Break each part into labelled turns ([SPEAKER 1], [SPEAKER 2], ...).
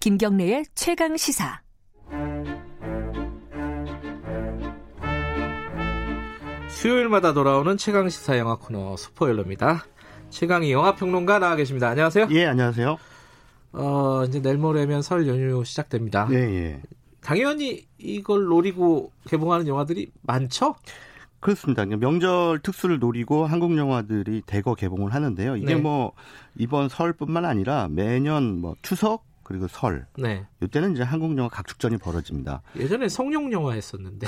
[SPEAKER 1] 김경래의 최강 시사.
[SPEAKER 2] 수요일마다 돌아오는 최강 시사 영화 코너 스포일러입니다. 최강희 영화 평론가 나와 계십니다. 안녕하세요.
[SPEAKER 3] 예, 안녕하세요.
[SPEAKER 2] 어, 이제 내일 모레면 설 연휴 시작됩니다.
[SPEAKER 3] 예, 예.
[SPEAKER 2] 당연히 이걸 노리고 개봉하는 영화들이 많죠?
[SPEAKER 3] 그렇습니다. 그냥 명절 특수를 노리고 한국 영화들이 대거 개봉을 하는데요.
[SPEAKER 2] 네.
[SPEAKER 3] 이게 뭐 이번 설뿐만 아니라 매년 뭐 추석 그리고 설
[SPEAKER 2] 네.
[SPEAKER 3] 이때는 이제 한국 영화 각축전이 벌어집니다.
[SPEAKER 2] 예전에 성룡 영화 했었는데.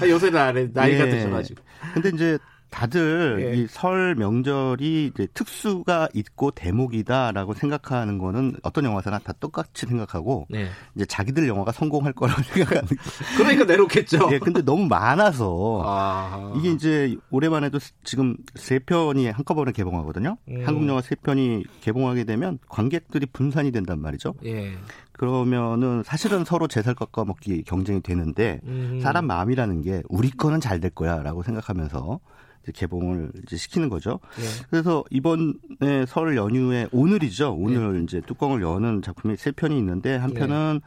[SPEAKER 2] 네. 요새는 안 해. 나이가
[SPEAKER 3] 예.
[SPEAKER 2] 드셔가지고.
[SPEAKER 3] 근데 이제 다들
[SPEAKER 2] 예.
[SPEAKER 3] 이 설 명절이 이제 특수가 있고 대목이다라고 생각하는 거는 어떤 영화사나 다 똑같이 생각하고
[SPEAKER 2] 네.
[SPEAKER 3] 이제 자기들 영화가 성공할 거라고 생각하는
[SPEAKER 2] 그러니까 내놓겠죠.
[SPEAKER 3] 예, 근데 너무 많아서
[SPEAKER 2] 아.
[SPEAKER 3] 이게 이제 올해만 해도 스- 지금 세 편이 한꺼번에 개봉하거든요.
[SPEAKER 2] 음.
[SPEAKER 3] 한국 영화 세 편이 개봉하게 되면 관객들이 분산이 된단 말이죠.
[SPEAKER 2] 예.
[SPEAKER 3] 그러면은 사실은 서로 재살 깎아먹기 경쟁이 되는데
[SPEAKER 2] 음.
[SPEAKER 3] 사람 마음이라는 게 우리 거는 잘 될 거야라고 생각하면서 이제 개봉을 이제 시키는 거죠.
[SPEAKER 2] 예.
[SPEAKER 3] 그래서 이번에 설 연휴에 오늘이죠. 오늘 이제 뚜껑을 여는 작품이 세 편이 있는데 한
[SPEAKER 2] 네.
[SPEAKER 3] 편은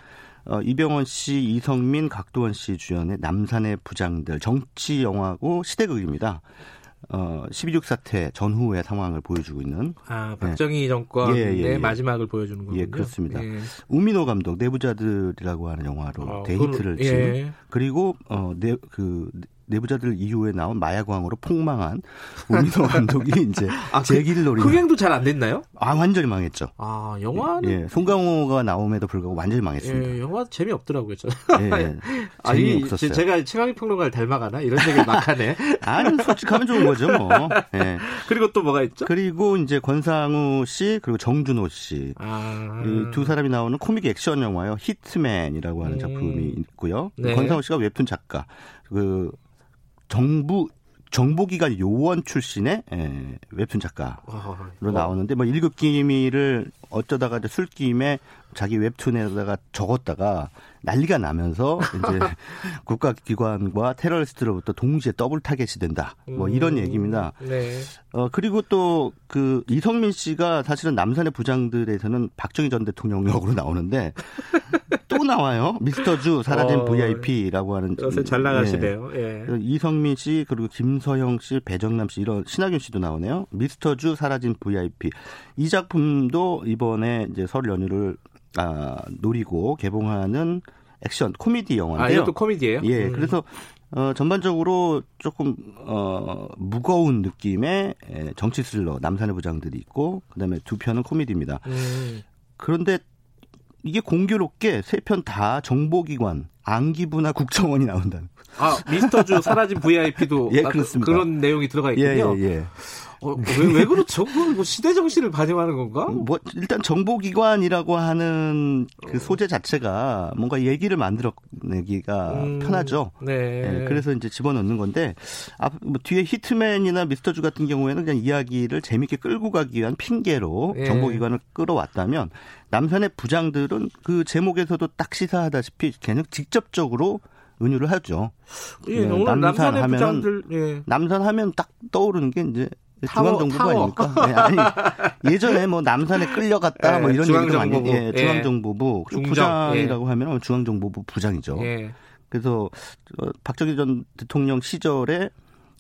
[SPEAKER 3] 어, 이병헌 씨, 이성민, 각도원 씨 주연의 남산의 부장들 정치 영화고 시대극입니다. 어, 12.6 사태 전후의 상황을 보여주고 있는
[SPEAKER 2] 아, 박정희 정권의
[SPEAKER 3] 예, 예, 예.
[SPEAKER 2] 마지막을 보여주는 거군요.
[SPEAKER 3] 예, 그렇습니다.
[SPEAKER 2] 예.
[SPEAKER 3] 우미노 감독 내부자들이라고 하는 영화로
[SPEAKER 2] 아,
[SPEAKER 3] 데이트를
[SPEAKER 2] 그걸-
[SPEAKER 3] 친
[SPEAKER 2] 예.
[SPEAKER 3] 그리고 어내그 내부자들 이후에 나온 마약왕으로 폭망한 우미노 감독이 이제
[SPEAKER 2] 아, 그-
[SPEAKER 3] 제기를 노리는
[SPEAKER 2] 흥행도 잘 안 됐나요?
[SPEAKER 3] 아 완전히 망했죠.
[SPEAKER 2] 아, 영화는
[SPEAKER 3] 예, 송강호가 나옴에도 불구하고 완전히 망했습니다.
[SPEAKER 2] 예, 영화 재미 없더라고요. 저는.
[SPEAKER 3] 예,
[SPEAKER 2] 아니,
[SPEAKER 3] 재미없었어요.
[SPEAKER 2] 제가 최강희 평론가를 닮아가나 이런 얘기를 막 하네.
[SPEAKER 3] 아니, 솔직하면 좋은 거죠, 뭐. 예.
[SPEAKER 2] 그리고 또 뭐가 있죠?
[SPEAKER 3] 그리고 이제 권상우 씨, 그리고 정준호 씨.
[SPEAKER 2] 아,
[SPEAKER 3] 이 두 사람이 나오는 코믹 액션 영화요. 히트맨이라고 하는
[SPEAKER 2] 음.
[SPEAKER 3] 작품이 있고요. 그
[SPEAKER 2] 네.
[SPEAKER 3] 권상우 씨가 웹툰 작가. 그 정부 정보기관 요원 출신의 예, 웹툰 작가로
[SPEAKER 2] 어,
[SPEAKER 3] 나오는데 뭐 일급 기미를 어쩌다가 이제 술김에 자기 웹툰에다가 적었다가 난리가 나면서 이제 국가기관과 테러리스트로부터 동시에 더블 타겟이 된다. 뭐 이런
[SPEAKER 2] 음,
[SPEAKER 3] 얘기입니다.
[SPEAKER 2] 네.
[SPEAKER 3] 어, 그리고 또 그 이성민 씨가 사실은 남산의 부장들에서는 박정희 전 대통령 역으로 나오는데 또 나와요. 미스터 주 사라진
[SPEAKER 2] 어,
[SPEAKER 3] VIP라고 하는
[SPEAKER 2] 요새 잘 나가시네요. 예.
[SPEAKER 3] 네. 이성민 씨 그리고 김서영 씨, 배정남 씨 이런 신하균 씨도 나오네요. 미스터 주 사라진 VIP 이 작품도 이번에 이제 설 연휴를 아, 노리고 개봉하는 액션 코미디 영화인데요.
[SPEAKER 2] 아, 이것도 코미디예요?
[SPEAKER 3] 예,
[SPEAKER 2] 음.
[SPEAKER 3] 그래서 어, 전반적으로 조금 어, 무거운 느낌의 예, 정치 스릴러 남산의 부장들이 있고 그다음에 두 편은 코미디입니다.
[SPEAKER 2] 음,
[SPEAKER 3] 그런데 이게 공교롭게 세 편 다 정보기관 안기부나 국정원이 나온다는.
[SPEAKER 2] 아, 미스터 주 사라진 VIP도
[SPEAKER 3] 예, 그렇습니다.
[SPEAKER 2] 그런 내용이 들어가
[SPEAKER 3] 예,
[SPEAKER 2] 아, 있군요.
[SPEAKER 3] 예, 예.
[SPEAKER 2] 어, 왜, 왜 그렇죠? 그건 뭐 시대 정신을 반영하는 건가?
[SPEAKER 3] 뭐 일단 정보기관이라고 하는 그 소재 자체가 뭔가 얘기를 만들어내기가
[SPEAKER 2] 음,
[SPEAKER 3] 아, 편하죠.
[SPEAKER 2] 네.
[SPEAKER 3] 예, 그래서 이제 집어넣는 건데 앞, 뭐 뒤에 히트맨이나 미스터 주 같은 경우에는 그냥 이야기를 재밌게 끌고 가기 위한 핑계로
[SPEAKER 2] 예.
[SPEAKER 3] 정보기관을 끌어왔다면 남산의 부장들은 그 제목에서도 딱 시사하다시피 그냥 직접적으로 은유를 하죠.
[SPEAKER 2] 예,
[SPEAKER 3] 예,
[SPEAKER 2] 오늘
[SPEAKER 3] 남산
[SPEAKER 2] 남산의
[SPEAKER 3] 하면은-
[SPEAKER 2] 부장들 예.
[SPEAKER 3] 남산 하면 딱 떠오르는 게 이제
[SPEAKER 2] 타워,
[SPEAKER 3] 중앙정보부
[SPEAKER 2] 타워.
[SPEAKER 3] 아닙니까? 네, 아니, 예전에 뭐 남산에 끌려갔다 뭐
[SPEAKER 2] 예,
[SPEAKER 3] 이런 얘기도 많이
[SPEAKER 2] 중앙정보부.
[SPEAKER 3] 예,
[SPEAKER 2] 예.
[SPEAKER 3] 중앙정보부
[SPEAKER 2] 중정,
[SPEAKER 3] 부장이라고 하면 중앙정보부 부장이죠.
[SPEAKER 2] 예.
[SPEAKER 3] 그래서 어, 박정희 전 대통령 시절에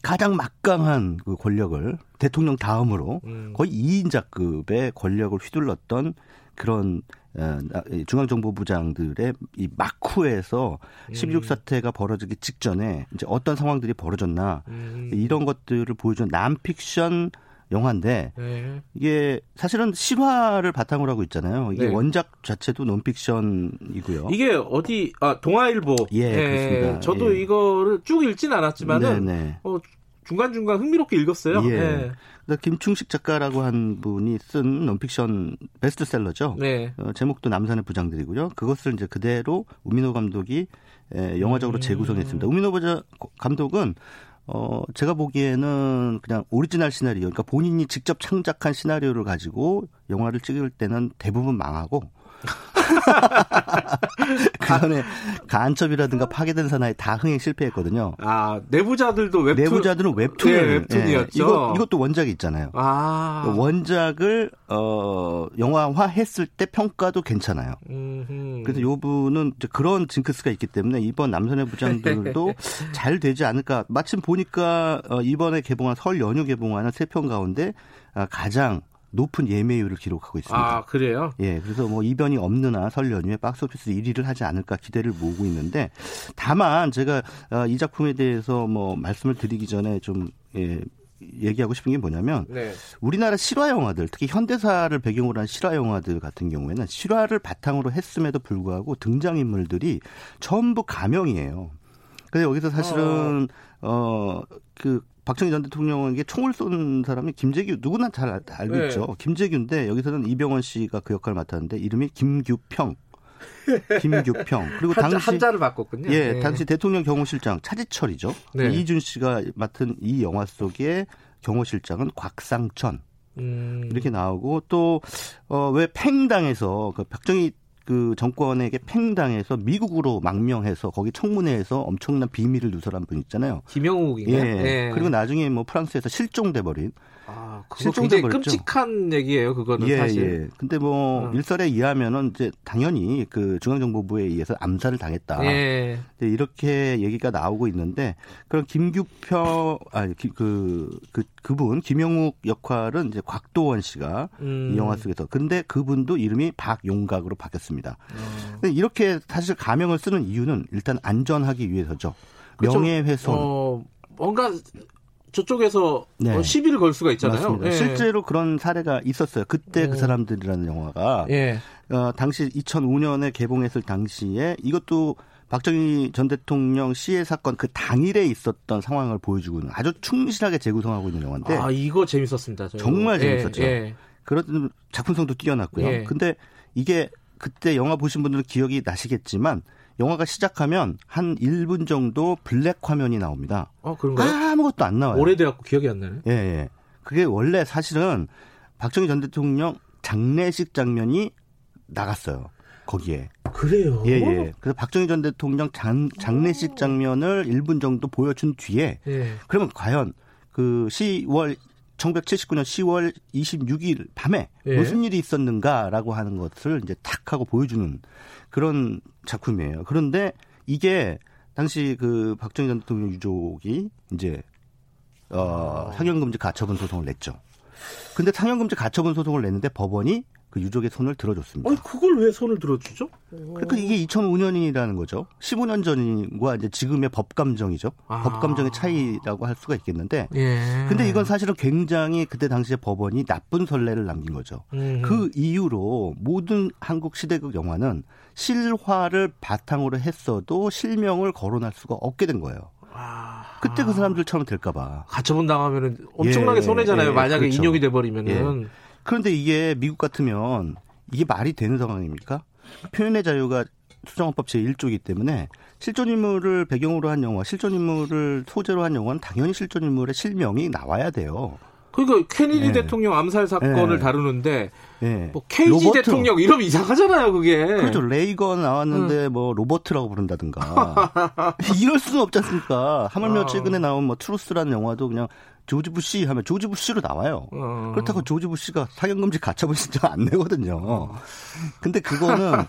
[SPEAKER 3] 가장 막강한 그 권력을 대통령 다음으로
[SPEAKER 2] 음.
[SPEAKER 3] 거의 2인자급의 권력을 휘둘렀던 그런 어, 나- 이 중앙정보부장들의 이 막후에서
[SPEAKER 2] 예.
[SPEAKER 3] 16 사태가 벌어지기 직전에 이제 어떤 상황들이 벌어졌나
[SPEAKER 2] 음,
[SPEAKER 3] 이런 것들을 보여준 남픽션 영화인데
[SPEAKER 2] 예.
[SPEAKER 3] 이게 사실은 실화를 바탕으로 하고 있잖아요. 이게
[SPEAKER 2] 네.
[SPEAKER 3] 원작 자체도 논픽션이고요.
[SPEAKER 2] 이게 어디 아 동아일보
[SPEAKER 3] 예, 그렇습니다.
[SPEAKER 2] 저도
[SPEAKER 3] 예.
[SPEAKER 2] 이거를 쭉 읽진 않았지만은
[SPEAKER 3] 네네.
[SPEAKER 2] 어, 중간 중간 흥미롭게 읽었어요.
[SPEAKER 3] 예.
[SPEAKER 2] 예.
[SPEAKER 3] 그래서 김충식 작가라고 한 분이 쓴 논픽션 베스트셀러죠.
[SPEAKER 2] 네.
[SPEAKER 3] 어, 제목도 남산의 부장들이고요. 그것을 이제 그대로 우민호 감독이 에, 영화적으로
[SPEAKER 2] 음.
[SPEAKER 3] 재구성했습니다. 우민호 보자- 감독은 어, 제가 보기에는 그냥 오리지널 시나리오, 그러니까 본인이 직접 창작한 시나리오를 가지고 영화를 찍을 때는 대부분 망하고 그 전에 간첩이라든가 파괴된 사나이 다 흥행 실패했거든요.
[SPEAKER 2] 아 내부자들도 웹툰
[SPEAKER 3] 내부자들은 웹툰.
[SPEAKER 2] 예, 웹툰이었죠.
[SPEAKER 3] 이거, 이것도 원작이 있잖아요.
[SPEAKER 2] 아
[SPEAKER 3] 뭐 원작을 어, 영화화 했을 때 평가도 괜찮아요.
[SPEAKER 2] 음흠.
[SPEAKER 3] 그래서 요 분은 이제 그런 징크스가 있기 때문에 이번 남선의 부장들도 잘 되지 않을까. 마침 보니까 어, 이번에 개봉한 설 연휴 개봉하는 세 편 가운데 아, 가장 높은 예매율을 기록하고 있습니다.
[SPEAKER 2] 아 그래요?
[SPEAKER 3] 예, 그래서 뭐 이변이 없는 한 설 연휴에 박스오피스 1위를 하지 않을까 기대를 모으고 있는데 다만 제가 어, 이 작품에 대해서 뭐 말씀을 드리기 전에 좀 예, 얘기하고 싶은 게 뭐냐면
[SPEAKER 2] 네.
[SPEAKER 3] 우리나라 실화 영화들 특히 현대사를 배경으로 한 실화 영화들 같은 경우에는 실화를 바탕으로 했음에도 불구하고 등장 인물들이 전부 가명이에요. 근데 여기서 사실은
[SPEAKER 2] 어.
[SPEAKER 3] 어그 박정희 전 대통령에게 총을 쏜 사람이 김재규 누구나 잘 알- 알고
[SPEAKER 2] 네.
[SPEAKER 3] 있죠. 김재규인데 여기서는 이병헌 씨가 그 역할을 맡았는데 이름이 김규평. 김규평. 그리고
[SPEAKER 2] 한자,
[SPEAKER 3] 당시
[SPEAKER 2] 한자를 바꿨군요.
[SPEAKER 3] 예, 당시 대통령 경호실장 차지철이죠.
[SPEAKER 2] 네.
[SPEAKER 3] 이준 씨가 맡은 이 영화 속의 경호실장은 곽상천
[SPEAKER 2] 음,
[SPEAKER 3] 이렇게 나오고 또어왜 팽당에서 그 박정희 그 정권에게 팽당에서 미국으로 망명해서 거기 청문회에서 엄청난 비밀을 누설한 분 있잖아요.
[SPEAKER 2] 김영욱인가?
[SPEAKER 3] 예. 그리고 나중에 뭐 프랑스에서 실종돼 버린.
[SPEAKER 2] 아 그거 굉장히
[SPEAKER 3] 실종돼 버렸죠.
[SPEAKER 2] 끔찍한 얘기예요. 그거는
[SPEAKER 3] 예,
[SPEAKER 2] 사실.
[SPEAKER 3] 예. 근데 뭐
[SPEAKER 2] 음.
[SPEAKER 3] 일설에 의하면은 이제 당연히 그 중앙정보부에 의해서 암살을 당했다.
[SPEAKER 2] 예.
[SPEAKER 3] 이제 이렇게 얘기가 나오고 있는데 그럼 김규표 아그그 그, 그분 김영욱 역할은 이제 곽도원 씨가
[SPEAKER 2] 음.
[SPEAKER 3] 이 영화 속에서 근데 그분도 이름이 박용각으로 바뀌었습니다.
[SPEAKER 2] 어.
[SPEAKER 3] 근데 이렇게 사실 가명을 쓰는 이유는 일단 안전하기 위해서죠.
[SPEAKER 2] 그쵸.
[SPEAKER 3] 명예훼손.
[SPEAKER 2] 어, 뭔가 저쪽에서
[SPEAKER 3] 네.
[SPEAKER 2] 어, 시비를 걸 수가 있잖아요.
[SPEAKER 3] 맞습니다.
[SPEAKER 2] 예.
[SPEAKER 3] 실제로 그런 사례가 있었어요. 그때
[SPEAKER 2] 음.
[SPEAKER 3] 그 사람들이라는 영화가
[SPEAKER 2] 예.
[SPEAKER 3] 어, 당시 2005년에 개봉했을 당시에 이것도 박정희 전 대통령 시해 사건 그 당일에 있었던 상황을 보여주고 있는 아주 충실하게 재구성하고 있는 영화인데
[SPEAKER 2] 아 이거 재밌었습니다. 저
[SPEAKER 3] 정말
[SPEAKER 2] 이거. 예,
[SPEAKER 3] 재밌었죠.
[SPEAKER 2] 예.
[SPEAKER 3] 그런 작품성도 뛰어났고요.
[SPEAKER 2] 예.
[SPEAKER 3] 근데 이게 그때 영화 보신 분들은 기억이 나시겠지만 영화가 시작하면 한 1분 정도 블랙 화면이 나옵니다.
[SPEAKER 2] 어 그런가요?
[SPEAKER 3] 아무것도 안 나와요.
[SPEAKER 2] 오래돼갖고 기억이 안 나네.
[SPEAKER 3] 예, 예. 그게 원래 사실은 박정희 전 대통령 장례식 장면이 나갔어요. 거기에.
[SPEAKER 2] 그래요.
[SPEAKER 3] 예, 예. 그래서 박정희 전 대통령 장, 장례식 장면을 1분 정도 보여준 뒤에
[SPEAKER 2] 예.
[SPEAKER 3] 그러면 과연 그 10월 1979년 10월 26일 밤에
[SPEAKER 2] 예.
[SPEAKER 3] 무슨 일이 있었는가라고 하는 것을 이제 탁 하고 보여주는 그런 작품이에요. 그런데 이게 당시 그 박정희 전 대통령 유족이 이제
[SPEAKER 2] 아.
[SPEAKER 3] 어, 상영금지 가처분 소송을 냈죠. 근데 상영금지 가처분 소송을 냈는데 법원이 그 유족의 손을 들어줬습니다.
[SPEAKER 2] 아니 그걸 왜 손을 들어주죠?
[SPEAKER 3] 그러니까 이게 2005년이라는 거죠. 15년 전과 이제 지금의 법감정이죠.
[SPEAKER 2] 아.
[SPEAKER 3] 법감정의 차이라고 할 수가 있겠는데.
[SPEAKER 2] 예.
[SPEAKER 3] 근데 이건 사실은 굉장히 그때 당시에 법원이 나쁜 선례를 남긴 거죠.
[SPEAKER 2] 음.
[SPEAKER 3] 그 이후로 모든 한국 시대극 영화는 실화를 바탕으로 했어도 실명을 거론할 수가 없게 된 거예요.
[SPEAKER 2] 아.
[SPEAKER 3] 그때 그 사람들처럼 될까봐.
[SPEAKER 2] 가처분 당하면은 엄청나게
[SPEAKER 3] 예,
[SPEAKER 2] 손해잖아요.
[SPEAKER 3] 예,
[SPEAKER 2] 만약에
[SPEAKER 3] 그렇죠.
[SPEAKER 2] 인용이 돼버리면은
[SPEAKER 3] 그런데 이게 미국 같으면 이게 말이 되는 상황입니까? 표현의 자유가 수정헌법 제1조이기 때문에 실존인물을 배경으로 한 영화, 실존인물을 소재로 한 영화는 당연히 실존인물의 실명이 나와야 돼요.
[SPEAKER 2] 그러니까 케네디
[SPEAKER 3] 예.
[SPEAKER 2] 대통령 암살 사건을
[SPEAKER 3] 예.
[SPEAKER 2] 다루는데
[SPEAKER 3] 예.
[SPEAKER 2] 뭐 케이지
[SPEAKER 3] 로버트.
[SPEAKER 2] 대통령 이러면 이상하잖아요. 그게
[SPEAKER 3] 그렇죠. 레이건 나왔는데 뭐 로버트라고 부른다든가. 이럴 수는 없지 않습니까? 하물며
[SPEAKER 2] 아.
[SPEAKER 3] 최근에 나온 뭐 트루스라는 영화도 그냥 조지 부시 하면 조지 부시로 나와요.
[SPEAKER 2] 어.
[SPEAKER 3] 그렇다고 조지 부시가 상영금지 가처분 신청 안 내거든요. 근데 그거는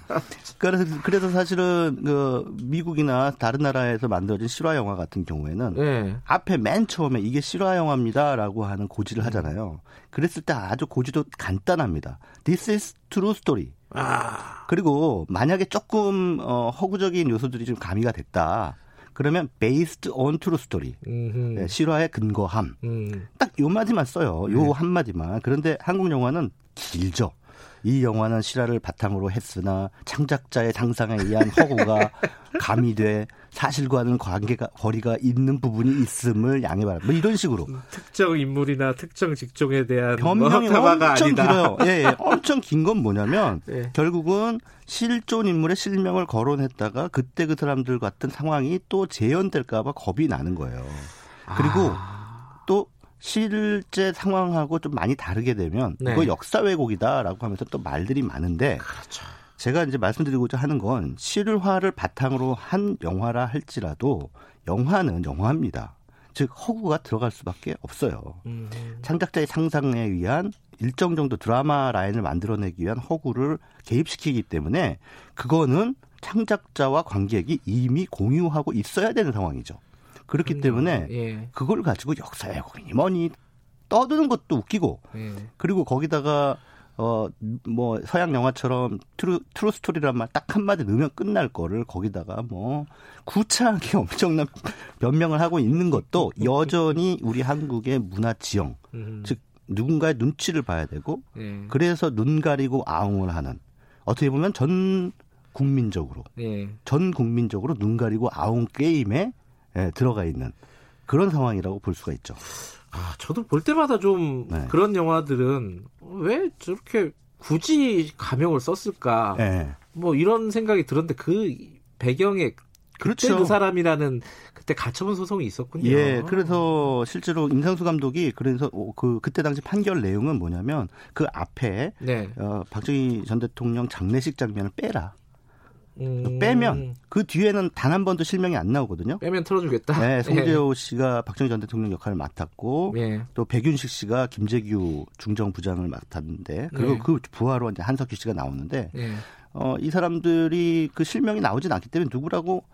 [SPEAKER 3] 그래서, 그래서 사실은 그 미국이나 다른 나라에서 만들어진 실화 영화 같은 경우에는
[SPEAKER 2] 예.
[SPEAKER 3] 앞에 맨 처음에 이게 실화 영화입니다라고 하는 고지를 하잖아요. 그랬을 때 아주 고지도 간단합니다. This is true story.
[SPEAKER 2] 아.
[SPEAKER 3] 그리고 만약에 조금 어, 허구적인 요소들이 좀 가미가 됐다. 그러면 based on true story.
[SPEAKER 2] 음흠.
[SPEAKER 3] 네, 실화에 근거함.
[SPEAKER 2] 음.
[SPEAKER 3] 딱 요 마디만 써요. 요
[SPEAKER 2] 네.
[SPEAKER 3] 한마디만. 그런데 한국 영화는 길죠. 이 영화는 실화를 바탕으로 했으나 창작자의 상상에 의한 허구가 가미돼 사실과는 관계가 거리가 있는 부분이 있음을 양해 바랍니다. 뭐 이런 식으로
[SPEAKER 2] 특정 인물이나 특정 직종에 대한
[SPEAKER 3] 변명이
[SPEAKER 2] 음. 뭐
[SPEAKER 3] 엄청
[SPEAKER 2] 타바가 아니다.
[SPEAKER 3] 길어요. 예, 예. 엄청 긴 건 뭐냐면
[SPEAKER 2] 예.
[SPEAKER 3] 결국은 실존 인물의 실명을 거론했다가 그때 그 사람들 같은 상황이 또 재현될까봐 겁이 나는 거예요. 그리고 또 실제 상황하고 좀 많이 다르게 되면
[SPEAKER 2] 네.
[SPEAKER 3] 그거 역사 왜곡이다라고 하면서 또 말들이 많은데 제가 이제 말씀드리고자 하는 건 실화를 바탕으로 한 영화라 할지라도 영화는 영화입니다. 즉 허구가 들어갈 수밖에 없어요.
[SPEAKER 2] 음.
[SPEAKER 3] 창작자의 상상에 의한 일정 정도 드라마 라인을 만들어내기 위한 허구를 개입시키기 때문에 그거는 창작자와 관객이 이미 공유하고 있어야 되는 상황이죠. 그렇기 때문에
[SPEAKER 2] 예.
[SPEAKER 3] 그걸 가지고 역사의 고인이 뭐니 떠드는 것도 웃기고
[SPEAKER 2] 예.
[SPEAKER 3] 그리고 거기다가 어 뭐 서양 영화처럼 트루 트루 스토리란 말 딱 한마디 넣으면 끝날 거를 거기다가 뭐 구차하게 엄청난 변명을 하고 있는 것도 여전히 우리 한국의 문화 지형
[SPEAKER 2] 음.
[SPEAKER 3] 즉 누군가의 눈치를 봐야 되고
[SPEAKER 2] 예.
[SPEAKER 3] 그래서 눈 가리고 아웅을 하는 어떻게 보면 전 국민적으로
[SPEAKER 2] 예.
[SPEAKER 3] 전 국민적으로 눈 가리고 아웅 게임에 예, 들어가 있는 그런 상황이라고 볼 수가 있죠.
[SPEAKER 2] 아, 저도 볼 때마다 좀
[SPEAKER 3] 네.
[SPEAKER 2] 그런 영화들은 왜 저렇게 굳이 가명을 썼을까?
[SPEAKER 3] 예.
[SPEAKER 2] 뭐 이런 생각이 들었는데 그 배경에 그때 그
[SPEAKER 3] 그렇죠.
[SPEAKER 2] 사람이라는 그때 가처분 소송이 있었군요.
[SPEAKER 3] 예, 그래서 실제로 임상수 감독이 그래서 오- 그 그때 당시 판결 내용은 뭐냐면 그 앞에
[SPEAKER 2] 네.
[SPEAKER 3] 어, 박정희 전 대통령 장례식 장면을 빼라.
[SPEAKER 2] 음,
[SPEAKER 3] 빼면 그 뒤에는 단 한 번도 실명이 안 나오거든요.
[SPEAKER 2] 빼면 틀어주겠다.
[SPEAKER 3] 네, 송재호 씨가 박정희 전 대통령 역할을 맡았고
[SPEAKER 2] 예. 예.
[SPEAKER 3] 또 백윤식 씨가 김재규 중정 부장을 맡았는데 그리고
[SPEAKER 2] 네.
[SPEAKER 3] 그 부하로 이제 한석규 씨가 나오는데
[SPEAKER 2] 예.
[SPEAKER 3] 어, 이 사람들이 그 실명이 나오진 않기 때문에 누구라고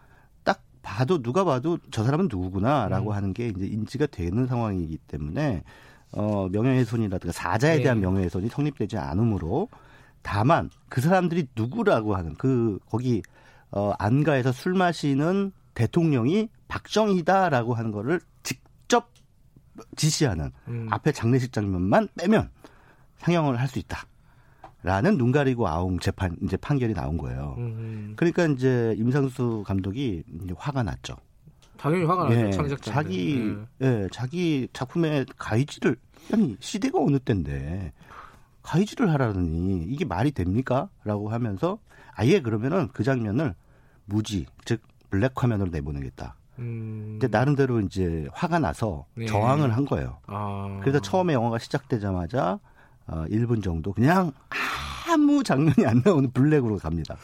[SPEAKER 3] 딱 봐도 누가 봐도 저 사람은
[SPEAKER 2] 네.
[SPEAKER 3] 누구구나라고 하는 게 이제 인지가 되는 상황이기 때문에 어, 명예훼손이라든가 사자에
[SPEAKER 2] 네.
[SPEAKER 3] 대한 명예훼손이 성립되지 않으므로 다만 그 사람들이 누구라고 하는 그 거기 어, 안가에서 술 마시는 대통령이 박정희다라고 하는 거를 직접 지시하는
[SPEAKER 2] 음.
[SPEAKER 3] 앞에 장례식 장면만 빼면 상영을 할 수 있다. 라는 눈 가리고 아웅 재판 이제 판결이 나온 거예요.
[SPEAKER 2] 음,
[SPEAKER 3] 그러니까 이제 임상수 감독이 이제 화가 났죠.
[SPEAKER 2] 당연히 화가 나죠
[SPEAKER 3] 예,
[SPEAKER 2] 창작자.
[SPEAKER 3] 자기 예, 자기 작품의 가이지를 아니 시대가 어느 때인데 가이지를 하라니 이게 말이 됩니까?라고 하면서 아예 그러면은 그 장면을 무지 즉 블랙 화면으로 내보내겠다.
[SPEAKER 2] 음,
[SPEAKER 3] 근데 나름대로 이제 화가 나서
[SPEAKER 2] 네.
[SPEAKER 3] 저항을 한 거예요.
[SPEAKER 2] 아,
[SPEAKER 3] 그래서 처음에 영화가 시작되자마자 어, 1분 정도 그냥 아무 장면이 안 나오는 블랙으로 갑니다.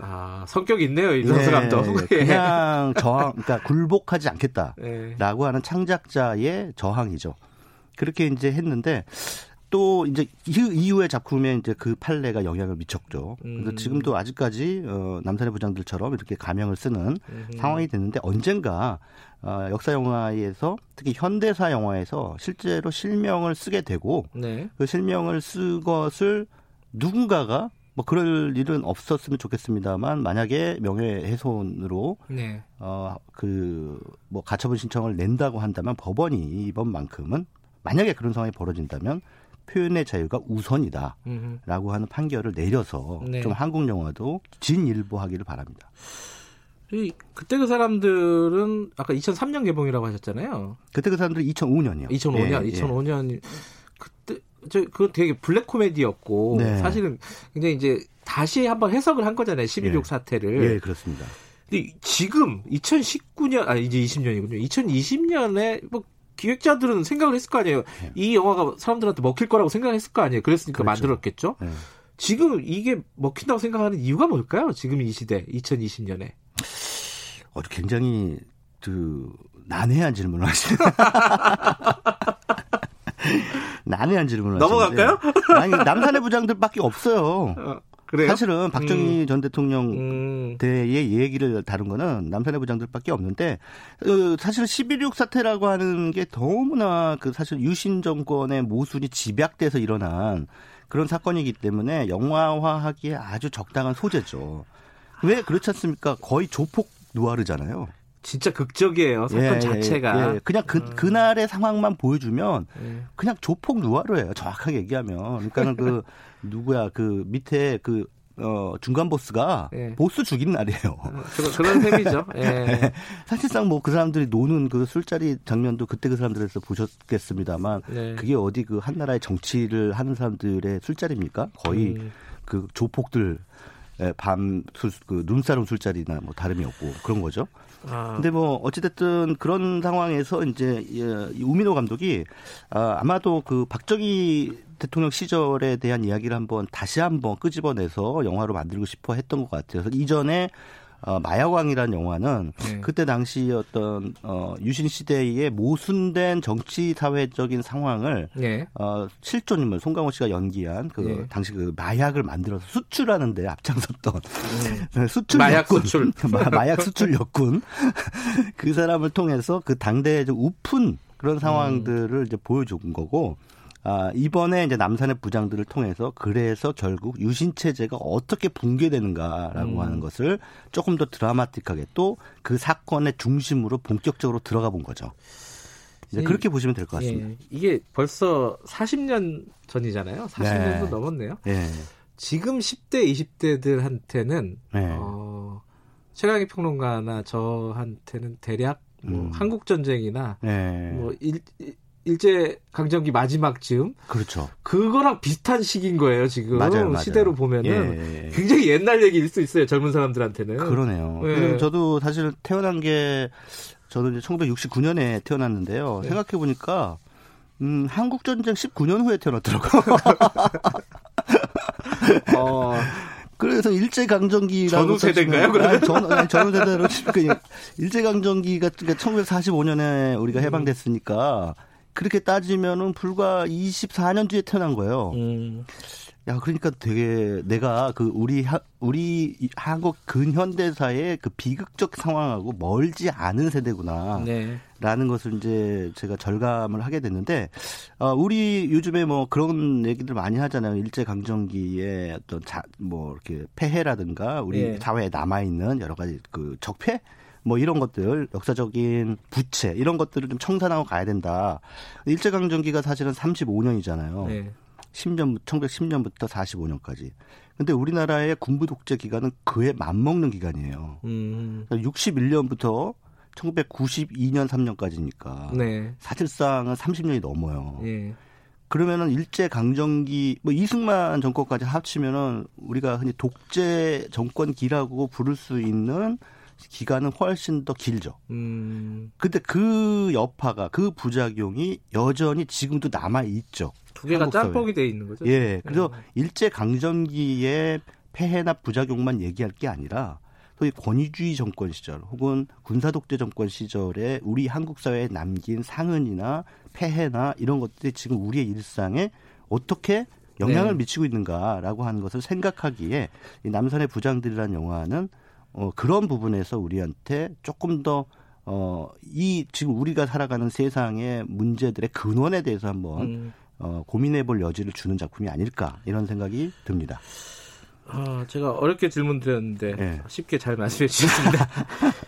[SPEAKER 2] 아, 성격 이 있네요 이선수
[SPEAKER 3] 예,
[SPEAKER 2] 감독. 예.
[SPEAKER 3] 그냥 저항, 그러니까 굴복하지 않겠다라고
[SPEAKER 2] 예.
[SPEAKER 3] 하는 창작자의 저항이죠. 그렇게 이제 했는데 또 이제 그 이후의 작품에 이제 그 판례가 영향을 미쳤죠. 그래서
[SPEAKER 2] 음.
[SPEAKER 3] 지금도 아직까지 어, 남산의 부장들처럼 이렇게 가명을 쓰는
[SPEAKER 2] 음.
[SPEAKER 3] 상황이 됐는데 언젠가 어, 역사 영화에서 특히 현대사 영화에서 실제로 실명을 쓰게 되고
[SPEAKER 2] 네.
[SPEAKER 3] 그 실명을 쓴 것을 누군가가 뭐 그럴 일은 없었으면 좋겠습니다만 만약에 명예훼손으로 어,
[SPEAKER 2] 네.
[SPEAKER 3] 어그뭐 가처분 신청을 낸다고 한다면 법원이 이번만큼은 만약에 그런 상황이 벌어진다면 표현의 자유가 우선이다라고
[SPEAKER 2] 음.
[SPEAKER 3] 하는 판결을 내려서
[SPEAKER 2] 네.
[SPEAKER 3] 좀 한국 영화도 진일보하기를 바랍니다.
[SPEAKER 2] 이- 그때 그 사람들은 아까 2003년 개봉이라고 하셨잖아요.
[SPEAKER 3] 그때 그 사람들이 2005년이요. 예,
[SPEAKER 2] 2005년, 2005년 이 그때 저 그거 되게 블랙 코미디였고
[SPEAKER 3] 네.
[SPEAKER 2] 사실은 굉장히 이제 다시 한번 해석을 한 거잖아요. 12.6
[SPEAKER 3] 예.
[SPEAKER 2] 사태를.
[SPEAKER 3] 예, 그렇습니다.
[SPEAKER 2] 근데 지금 2019년 아 이제 20년이군요. 2020년에 뭐 기획자들은 생각을 했을 거 아니에요.
[SPEAKER 3] 예.
[SPEAKER 2] 이 영화가 사람들한테 먹힐 거라고 생각했을 거 아니에요. 그랬으니까
[SPEAKER 3] 그렇죠.
[SPEAKER 2] 만들었겠죠.
[SPEAKER 3] 예.
[SPEAKER 2] 지금 이게 먹힌다고 생각하는 이유가 뭘까요? 지금 이 시대 2020년에.
[SPEAKER 3] 어, 굉장히 그 난해한 질문을 하시네요. 난해한 질문을
[SPEAKER 2] 넘어갈까요?
[SPEAKER 3] 하시는데. 아니 남산의 부장들밖에 없어요.
[SPEAKER 2] 어, 그래요?
[SPEAKER 3] 사실은 박정희 전 대통령
[SPEAKER 2] 음.
[SPEAKER 3] 때의 얘기를 다룬 거는 남산의 부장들밖에 없는데 어, 사실 11.6 사태라고 하는 게 너무나 그 사실 유신 정권의 모순이 집약돼서 일어난 그런 사건이기 때문에 영화화하기에 아주 적당한 소재죠. 왜 그렇지 않습니까? 거의 조폭 누아르잖아요.
[SPEAKER 2] 진짜 극적이에요 사건
[SPEAKER 3] 예, 예,
[SPEAKER 2] 자체가 음.
[SPEAKER 3] 예. 그냥 그 그날의 상황만 보여주면
[SPEAKER 2] 예.
[SPEAKER 3] 그냥 조폭 누아르예요. 정확하게 얘기하면. 그러니까는 그 누구야 그 밑에 그 어, 중간 보스가
[SPEAKER 2] 예. 음.
[SPEAKER 3] 보스 죽인 날이에요.
[SPEAKER 2] 그런, 그런 셈이죠. 예.
[SPEAKER 3] 사실상 뭐 그 사람들이 노는 그 술자리 장면도 그때 그 사람들에서 보셨겠습니다만
[SPEAKER 2] 네.
[SPEAKER 3] 그게 어디 그 한 나라의 정치를 하는 사람들의 술자리입니까? 거의
[SPEAKER 2] 음.
[SPEAKER 3] 그 조폭들 예, 밤 술, 그 눈사람 술자리나 뭐 다름이 없고 그런 거죠.
[SPEAKER 2] 아,
[SPEAKER 3] 근데 뭐 어찌됐든 그런 상황에서 이제 예, 이 우민호 감독이 아, 아마도 그 박정희 대통령 시절에 대한 이야기를 한번 다시 한번 끄집어내서 영화로 만들고 싶어 했던 것 같아요. 그래서 이전에 어, 마약왕이라는 영화는
[SPEAKER 2] 네.
[SPEAKER 3] 그때 당시 어떤 어, 유신 시대의 모순된 정치 사회적인 상황을
[SPEAKER 2] 예.
[SPEAKER 3] 어, 실존인물 송강호 씨가 연기한 그
[SPEAKER 2] 예.
[SPEAKER 3] 당시 그 마약을 만들어서 수출하는데 앞장섰던
[SPEAKER 2] 음.
[SPEAKER 3] 네, 수출
[SPEAKER 2] 마약
[SPEAKER 3] 역군.
[SPEAKER 2] 수출.
[SPEAKER 3] 마, 마약 수출 역군 그 사람을 통해서 그 당대의 좀 우픈 그런
[SPEAKER 2] 음.
[SPEAKER 3] 상황들을 이제 보여준 거고 아, 이번에 이제 남산의 부장들을 통해서 그래서 결국 유신 체제가 어떻게 붕괴되는가라고
[SPEAKER 2] 음.
[SPEAKER 3] 하는 것을 조금 더 드라마틱하게 또 그 사건의 중심으로 본격적으로 들어가 본 거죠. 이제
[SPEAKER 2] 이-
[SPEAKER 3] 그렇게 보시면 될 것 같습니다.
[SPEAKER 2] 예. 이게 벌써 40년 전이잖아요. 40년도
[SPEAKER 3] 네.
[SPEAKER 2] 넘었네요.
[SPEAKER 3] 예.
[SPEAKER 2] 지금 10대, 20대들한테는
[SPEAKER 3] 네.
[SPEAKER 2] 어, 최강희 평론가나 저한테는 대략 뭐
[SPEAKER 3] 음.
[SPEAKER 2] 한국 전쟁이나
[SPEAKER 3] 예.
[SPEAKER 2] 뭐 일, 일- 일제 강점기 마지막 즈음
[SPEAKER 3] 그렇죠.
[SPEAKER 2] 그거랑 비슷한 시기인 거예요 지금
[SPEAKER 3] 맞아요, 맞아요.
[SPEAKER 2] 시대로 보면은
[SPEAKER 3] 예, 예, 예.
[SPEAKER 2] 굉장히 옛날 얘기일 수 있어요 젊은 사람들한테는
[SPEAKER 3] 그러네요.
[SPEAKER 2] 예.
[SPEAKER 3] 왜냐면 저도 사실 태어난 게 저는 이제 1969년에 태어났는데요.
[SPEAKER 2] 네.
[SPEAKER 3] 생각해 보니까 음, 한국 전쟁 19년 후에 태어났더라고요.
[SPEAKER 2] 어,
[SPEAKER 3] 아. 그래서 일제 강점기라고
[SPEAKER 2] 전후 세대인가요, 그러면?
[SPEAKER 3] 아니, 전, 아니, 전후 세대로 치면 일제 강점기가 그러니까 1945년에
[SPEAKER 2] 음.
[SPEAKER 3] 우리가 해방됐으니까 그렇게 따지면은 불과 24년 뒤에 태어난 거예요.
[SPEAKER 2] 음,
[SPEAKER 3] 야, 그러니까 되게 내가 그 우리 하, 우리 이 한국 근현대사의 그 비극적 상황하고 멀지 않은 세대구나.
[SPEAKER 2] 네.
[SPEAKER 3] 라는 것을 이제 제가 절감을 하게 됐는데, 어, 우리 요즘에 뭐 그런 얘기들 많이 하잖아요. 일제강점기의 어떤 자, 뭐 이렇게 폐해라든가 우리
[SPEAKER 2] 예.
[SPEAKER 3] 사회에 남아있는 여러 가지 그 적폐? 뭐 이런 것들, 역사적인 부채, 이런 것들을 좀 청산하고 가야 된다. 일제강점기가 사실은 35년이잖아요.
[SPEAKER 2] 네.
[SPEAKER 3] 10년, 1910년부터 45년까지. 근데 우리나라의 군부 독재 기간은 그에 맞먹는 기간이에요.
[SPEAKER 2] 음,
[SPEAKER 3] 그러니까 61년부터 1992년 3년까지니까
[SPEAKER 2] 네.
[SPEAKER 3] 사실상은 30년이 아. 넘어요.
[SPEAKER 2] 예.
[SPEAKER 3] 그러면은 일제 강점기 뭐 이승만 정권까지 합치면은 우리가 흔히 독재 정권기라고 부를 수 있는 기간은 훨씬 더 길죠.
[SPEAKER 2] 음,
[SPEAKER 3] 근데 그 여파가 그 부작용이 여전히 지금도 남아 있죠.
[SPEAKER 2] 두 개가
[SPEAKER 3] 한국 사회.
[SPEAKER 2] 짬뽕이 돼 있는 거죠. 네.
[SPEAKER 3] 예. 그래서 일제 강점기의 폐해나 부작용만 얘기할 게 아니라 소위 권위주의 정권 시절 혹은 군사 독재 정권 시절에 우리 한국 사회에 남긴 상흔이나 폐해나 이런 것들이 지금 우리의 일상에 어떻게 영향을
[SPEAKER 2] 네.
[SPEAKER 3] 미치고 있는가라고 하는 것을 생각하기에 이 남산의 부장들이라는 영화는 어, 그런 부분에서 우리한테 조금 더 어, 이 지금 우리가 살아가는 세상의 문제들의 근원에 대해서 한번
[SPEAKER 2] 음.
[SPEAKER 3] 어, 고민해 볼 여지를 주는 작품이 아닐까 이런 생각이 듭니다.
[SPEAKER 2] 아, 제가 어렵게 질문 드렸는데
[SPEAKER 3] 예.
[SPEAKER 2] 쉽게 잘 말씀해 주셨습니다.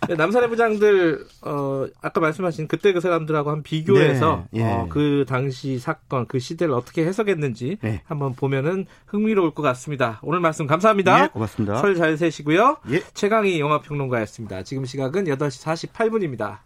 [SPEAKER 2] 네, 남산의 부장들 어, 아까 말씀하신 그때 그 사람들하고 한 비교해서
[SPEAKER 3] 네, 예.
[SPEAKER 2] 어, 그 당시 사건 그 시대를 어떻게 해석했는지
[SPEAKER 3] 네.
[SPEAKER 2] 한번 보면은 흥미로울 것 같습니다. 오늘 말씀 감사합니다.
[SPEAKER 3] 예, 고맙습니다.
[SPEAKER 2] 설 잘 세시고요.
[SPEAKER 3] 예.
[SPEAKER 2] 최강희 영화평론가였습니다. 지금 시각은 8시 48분입니다.